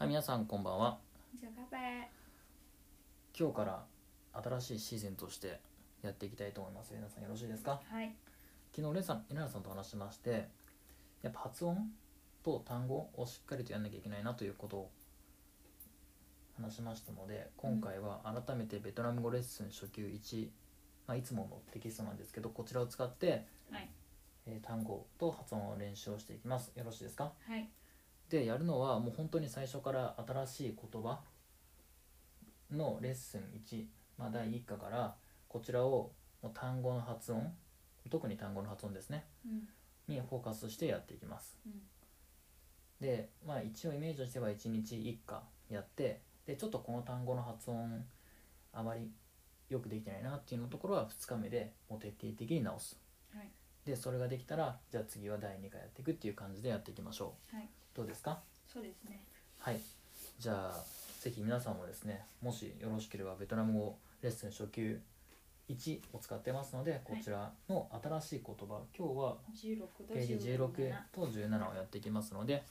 皆さんこんばんは chào các bạn 今日から新しいシーズンとしてやっていきたいと思います皆さんよろしいですか hai 昨日レンさんエナナさんと話しましてやっぱ発音と単語をしっかりとやんなきゃいけないなということを話しましたので今回は改めてベトナム語レッスン初級1、まあ、いつものテキストなんですけどこちらを使って、はいえー単語と発音を練習をしていきますよろしいですか hai でやるのはもう本当に最初から新しい言葉のレッスン1、まあ、第1課からこちらをもう単語の発音特に単語の発音ですね ừ. にフォーカスしてやっていきます、うんで、まあ、一応イメージとしては1日1課やってでちょっとこの単語の発音あまりよくできてないなっていうのところは2日目でもう徹底的に直す、はいでそれができたらじゃあ次は第2課やっていくっていう感じでやっていきましょう、はいどうですかそうですねはい、じゃあぜひ皆さんもですねもしよろしければベトナム語レッスン初級1を使ってますのでこちらの新しい言葉、今日は16とページ16 17と17をやっていきますので、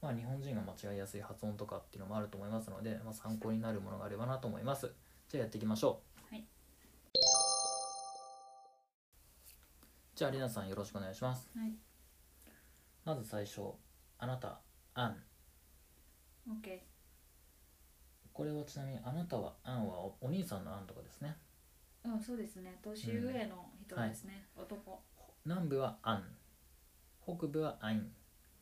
まあ、日本人が間違いやすい発音とかっていうのもあると思いますので、まあ、参考になるものがあればなと思いますじゃあやっていきましょう、はいじゃありなさんよろしくお願いしますはいまず最初あなたあん ok これはちなみにあなたはアンはおお兄さんのアンとかですねうんそうですね年上の人ですね、男南部はアン北部はアイン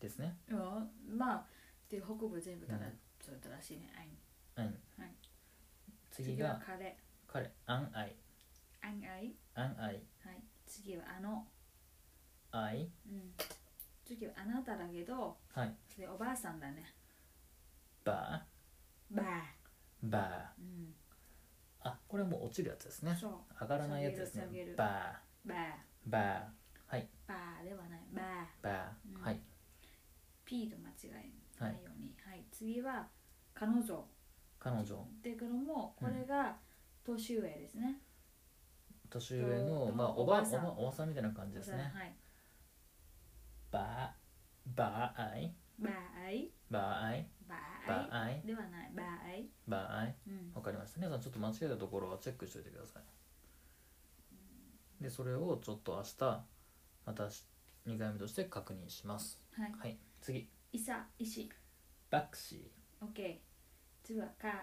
ですねうんまあで北部全部だから、うんそうだらしいねあいアイン、はい次が彼彼アンアイあんあいアンアイはい次はあのアイうん次はあなただけどはいそれおばあさんだねバばあーバうんーあこれはもう落ちるやつですねそう上がらないやつですね下げるバばあーバーはいばあではないばあバー、うんはい、 P と間違えはないい、ように、はい次は彼女彼女でけどもこれが年上ですね、年上のと、まあ、おおばばあおさんばおばさんみたいな感じですねはいバーバーアイばあいバーアイばバあーアイいではないばあい、バーアイうん、わかりました皆さんちょっと間違えたところはチェックしておいてくださいでそれをちょっと明日また2回目として確認しますはいはい次いさいしバクシ OK 次はか例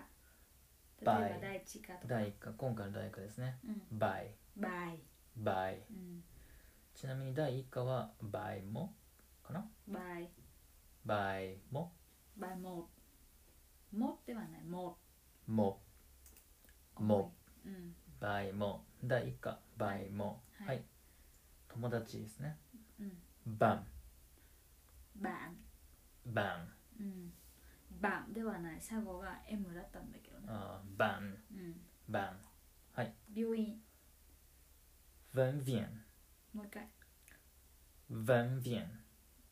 えばばい第一かとーか第1課今回の第1課ですねうんバイばい、バイうん、ちなみに第1課はバイもかなばいバイもばいももではないもももうんバイも第1課バイもははいい、友達ですねうんバンばんバンうんばんではない最後が M だったんだけどねあーバンうんバンはい病院ヴァンヴィエンもう一回ヴァンヴィエン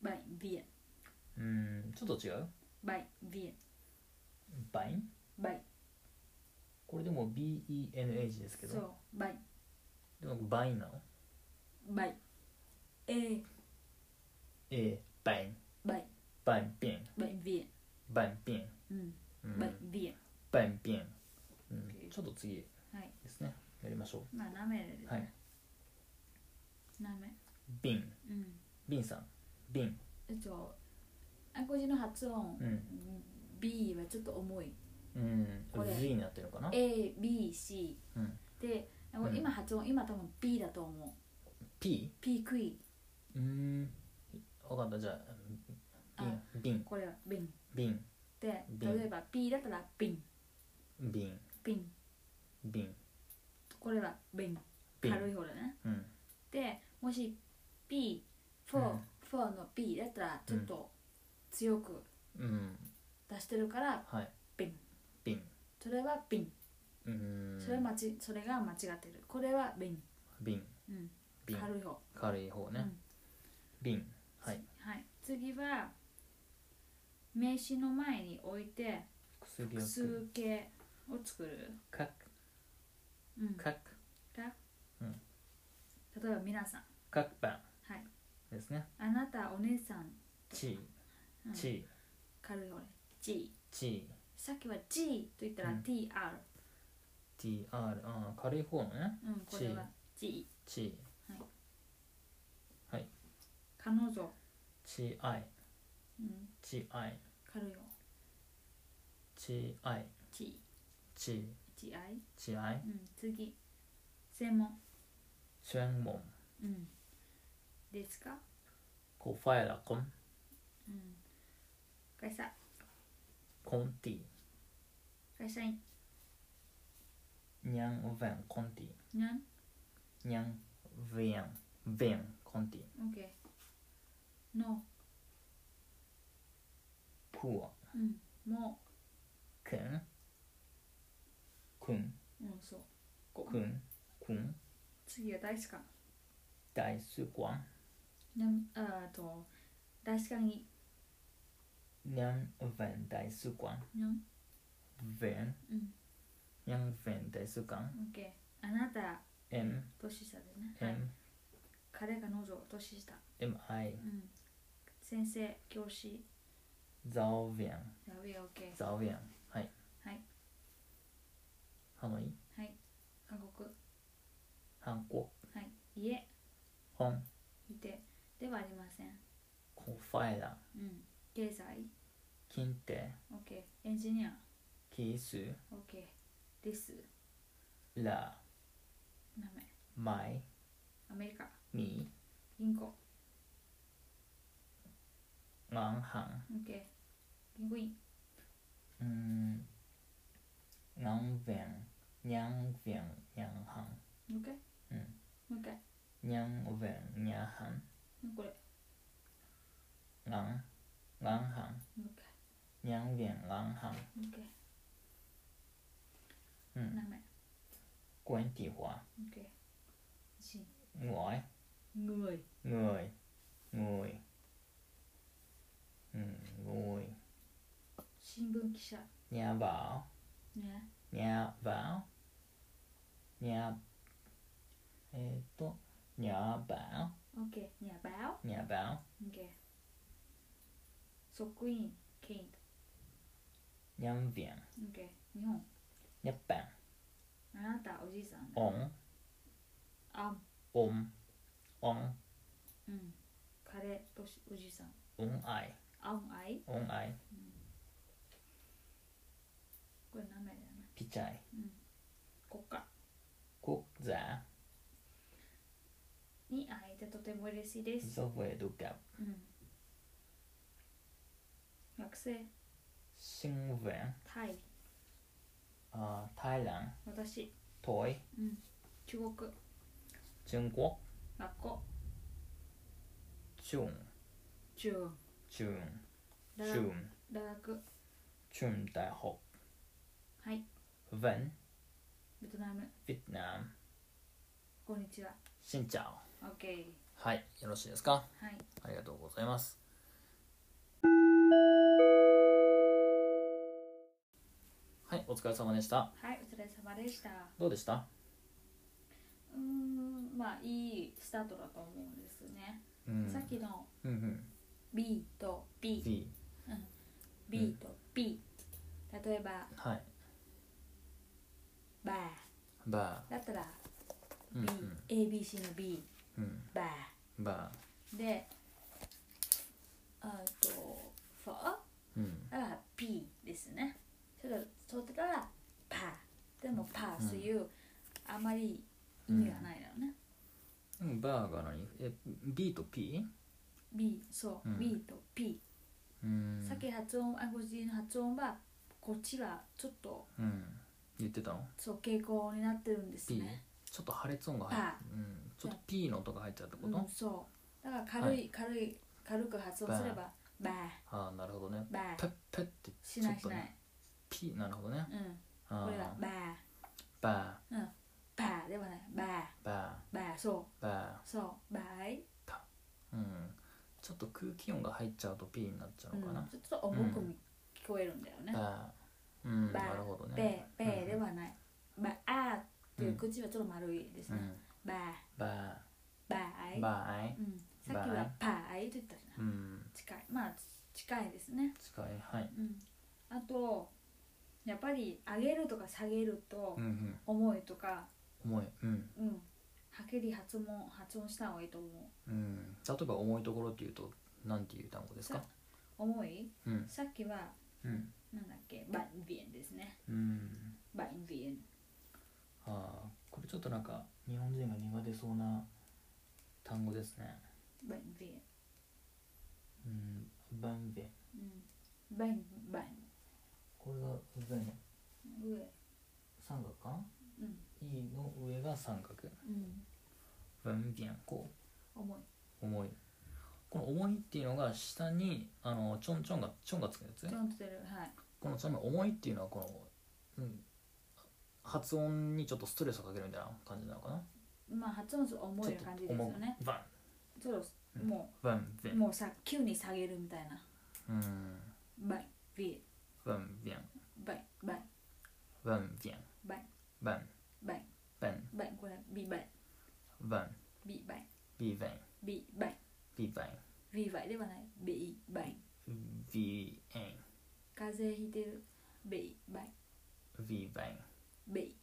バイビエンうーんちょっと違うバイビエンバインバイこれでも BENH ですけそどうバイでもバインなのバイえー、えー、バインバイバインピンバイビエバインピン、ンうんうん、バイビエンバインピン、う OK ん、ちょっと次はいですねやりましょまあなめでうはいなめビンうんビンさんビンえっと韓国人の発音、うん B はちょっと重いうんこれ V になってるのかな ABC うんであのうん今発音、今多分 B だと思う P? P クイうーん分かったじゃああビンこれはビンビンでビン例えば P だったらビンビンビンビンこれはビンビン軽い方だねうんでもし P4、うん4の P だったらちょっと強くうん出してるからはいビンビンそれはビンうーんそれまちそれが間違ってるこれはビン、ビンうん、ビン軽い方軽い方ね、うんビンはいはい、次は名詞の前に置いて薬を複作る数形を作る、かくうん、かくがうん例えば皆さんかくばんはいですねあなたお姉さん、ちうんち軽い方ねちちさっきは G と言ったらうん TR、 TR あー軽い方のねうん、これは G T 彼女、 T I うん、 T I 軽いよ T I G T G I、 T I うん、次専門、 chuyên môn うん、ですか、 có phải là công うん、会社 công ty 会社員 nhân viên công ty なん nhân viên viên công ty OK の、 của うん、も kun kun う、うん、そう kun kun 次は大使館 đại sứ quán なんあーと大使館に nhân viên đại sứ quán なん viên うん、 nhân viên đại sứ quán OK あなた em 年下でね、はい、 em 彼が彼女年下 em ai うん、先生、教師、 giáo viên やべえ、OK。 giáo viên はいはい、ハノイはい。韓国、韓国はい。家、本いて、ではありません。コンファイラうん。経済、近手 OK。エンジニア、キス OK。です。ラ名前、マイアメリカ、ミ銀行、マンハ OK。銀行員、ンうんナンベンニャンベンニャンハン OK。うんもう一回。ニャンベンニャンハンうんこれ、ランランハンもう一回。ニャンベンランハン OK。う名ん前、コエンティホア OK。人、 ngồi người、 người người ừ, người 新聞記者、 nhà bảo ね。 nhà bảo nhà eh, to nhà bảo OK。にゃばお、 nhà bảo OK。即位、権威、 nhân viên OK。日本。 nhật bản あなたおじいさんだ。 ổn あ、 ổn ổn うん。彼としおじいさん。 ổn ai あんあい ổn ai これ名前だよ pichai ね。国家 quốc giả に会えてとても嬉しいです。 do về được gặp うん。学生、 sinh viên タイ、 ờ, thái lan 私、 thổi 中国、 trung quốc 学校、 trường 中、 trường 大 trường 学、大学 trường đại học はい、 vẫn ベトナム、 việt nam こんにちは。 xin chào OK。はいよろしいですかはい。ありがとうございます。はい、お疲れ様でした。はい、お疲れ様でした。どうでした？うーん、まあ、いいスタートだと思うんですね。うんさっきのうんうん。 B と B。 B B と B、例えばはい。 「バーバ」だったらー。う B、んうん。 ABC の B うん。ババーであと「フォーー。うん。」は B ですねそれ取ってたら「パー」でも「パー」という、あまり意味がないだろうね、うんバーが何？え、B と P？ B そう、うん B と P、うん。さっき発音アゴジの発音はこっちがちょっとうん。言ってたのそう傾向になってるんです？P？ね、ちょっと破裂音が入バる。うん。ちょっと P の音が入っちゃうってこうん、と？そうだから軽い、は軽い軽く発音すれば「バー」ああ、なるほどね。バペーッペッってしちょないっしとない、ね。P なるほどね。うんあこれはあ。バーバうんバーではないバーーババーそーバー。うそうバーイ、うん、ちょっと空気音が入っちゃうと P になっちゃううんのかな。ちょっと重く聞こえるんだよね、あーうん、バーなるほどベーね。ベーではない、バーっていう口はちょっと丸いですうね、ん、バーババーー、イ、バーイう、ん、さっきはパーイと言ったじゃうんん、近いまあ近いですね近い、はい、うんあとやっぱり上げるとか下げるとうんうん思いとか、重いうんうん、はっきり発音発音した方がいいと思ううん例えば重いところっていうとなんていう単語ですかさ思いうんさっきはうんなんだっけバインビエンですねうんバインビエンああこれちょっとなんか日本人が苦手そうな単語ですねバインビエンうんバンベ Ừ. うんバインバイこれが上のン上三角かなうんいの上が三角うんバンベンこ重いう重いこの重いっていうのが下にあのちょんちょんがちょんがつくやつちゃんと出るはいこのちょんの重いっていうのはこの、うん、発音にちょっとストレスをかけるみたいな感じなのかなまあ発音する重いな感じですちょよねっと重いバンちょっともバンベうンもうさ急に下げるみたいなうんバインビエンバンベンバインバインバンベンバインバンバインバンバインこれビバインバンビバインビーバンビバインビーバンビバインではないベイバインビーエン風邪ひいてるベイバインビーバンベイ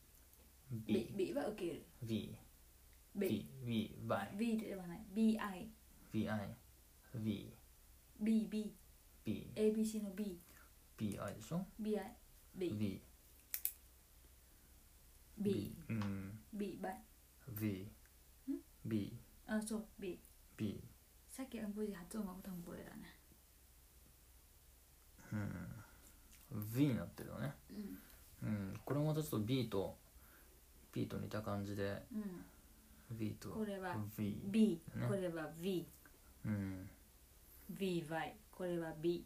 ベイビベイは受けるービーベイビービーバン B ではない BI B I V BB B ABC の B B I でしょ BI B V B うん B バイ V ん B あそう B B さっきの無事発音が多分これだねうん V になってるよねうんうんこれもまたちょっと B と B と似た感じでうん V とこれは V B ねこれは V うん VY これは B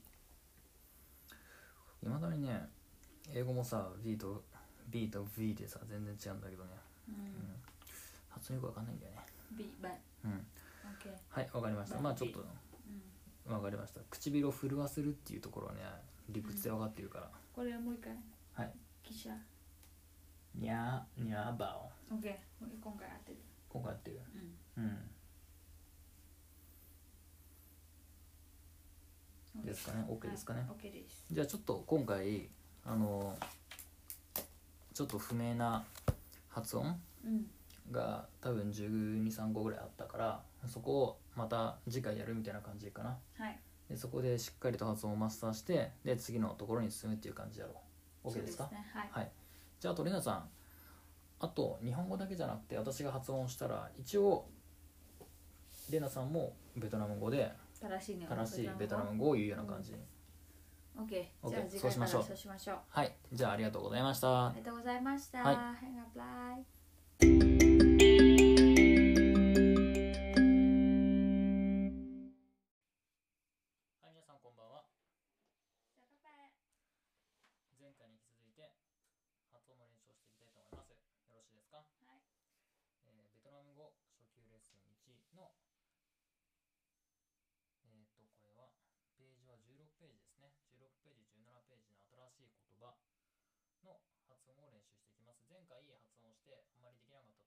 いまだにね英語もさ B と B と V でさ全然違うんだけどねうんうん発音よくわかんないんだよね B バイうん OK はいわかりましたまあまあちょっとうんわかりました唇を震わせるっていうところはね理屈でわかってるから、これはもう一回はい記者にゃーにゃーばお OK もう今回合ってる今回やってるうんうんですかね OK ですかね、 OK ですじゃあちょっと今回あのちょっと不明な発音うんが多分1213個ぐらいあったからそこをまた次回やるみたいな感じかなはいでそこでしっかりと発音をマスターしてで次のところに進むっていう感じやろう OK ですかそうねはいはい、じゃあトレーナーさんあと日本語だけじゃなくて私が発音したら一応レナさんもベトナム語で正しいね正しいベトナム語を言うような感じに、オッケー OK じゃあ次そう回しかまらしょうそうしましょうはいじゃあありがとうございました、ありがとうございました。はいハンガープライ。はい皆さんこんばんは前回に引き続いて発音の練習をしていきたいと思いますよろしいですかはいえーベトナム語初級レッスン1のえっ、とこれはページは16ページですね16ページ17ページの新しい言葉の発音を練習していきます前回発音してあまりできなかったと